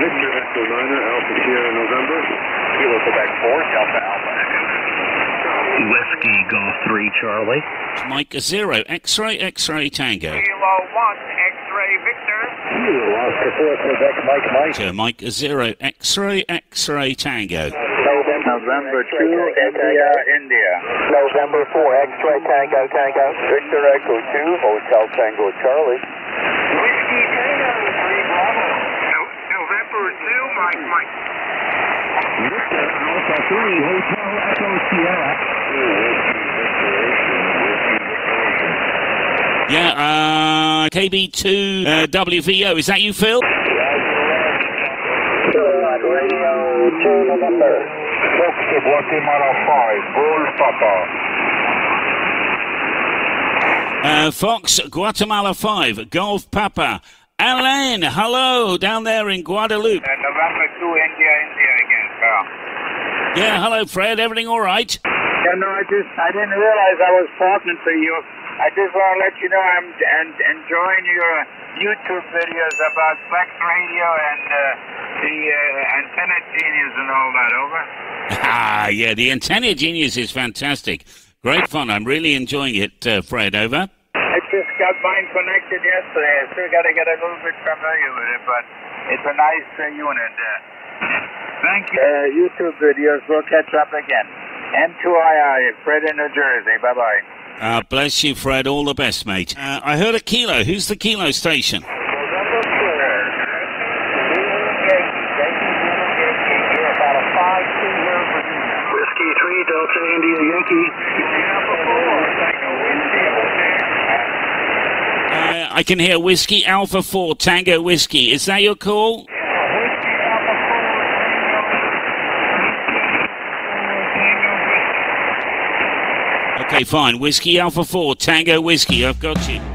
Victor Echo Niner, Alpha Sierra November. Kilo Quebec 4, Delta Alpha Echo. Whiskey Golf 3, Charlie. Mike Zero, X ray, X ray Tango. Kilo 1, X-ray Victor. Kilo Oscar 4, Quebec Mike Mike. To Mike Zero, X ray, X ray Tango. November 2, India, India. November 4, X-ray Tango Tango. Victor Echo 2, Hotel Tango Charlie. Whiskey Tango 3, Bravo. No- November 2, Mike Mike. Victor Alpha 3, Hotel Echo Sierra. Yeah, uh, KB2 uh, WVO. Is that you, Phil? Good radio 2, November. Foxy Guatemala 5, Bull Papa. Uh, Fox Guatemala 5, Golf Papa. Alan, hello, down there in Guadeloupe. Uh, November 2, India, India again, sir. Yeah, hello, Fred. Everything all right? Yeah, no, I just, I didn't realize I was talking to you. I just want to let you know I'm and, enjoying your YouTube videos about Flex Radio and uh, the uh, antenna genius and all that, over? Ah, yeah, the Antenna Genius is fantastic. Great fun. I'm really enjoying it, uh, Fred. Over. I just got mine connected yesterday. I still got to get a little bit familiar with it, but it's a nice uh, unit. Uh, thank you. Uh, YouTube videos. We'll catch up again. M2II, Fred in New Jersey. Bye bye. Uh, bless you, Fred. All the best, mate. Uh, I heard a kilo. Who's the kilo station? November 4th. Whiskey 3, Delta India Yankee. Uh, I can hear Whiskey Alpha 4 Tango Whiskey. Is that your call? Okay, fine. Whiskey Alpha 4 Tango Whiskey. I've got you.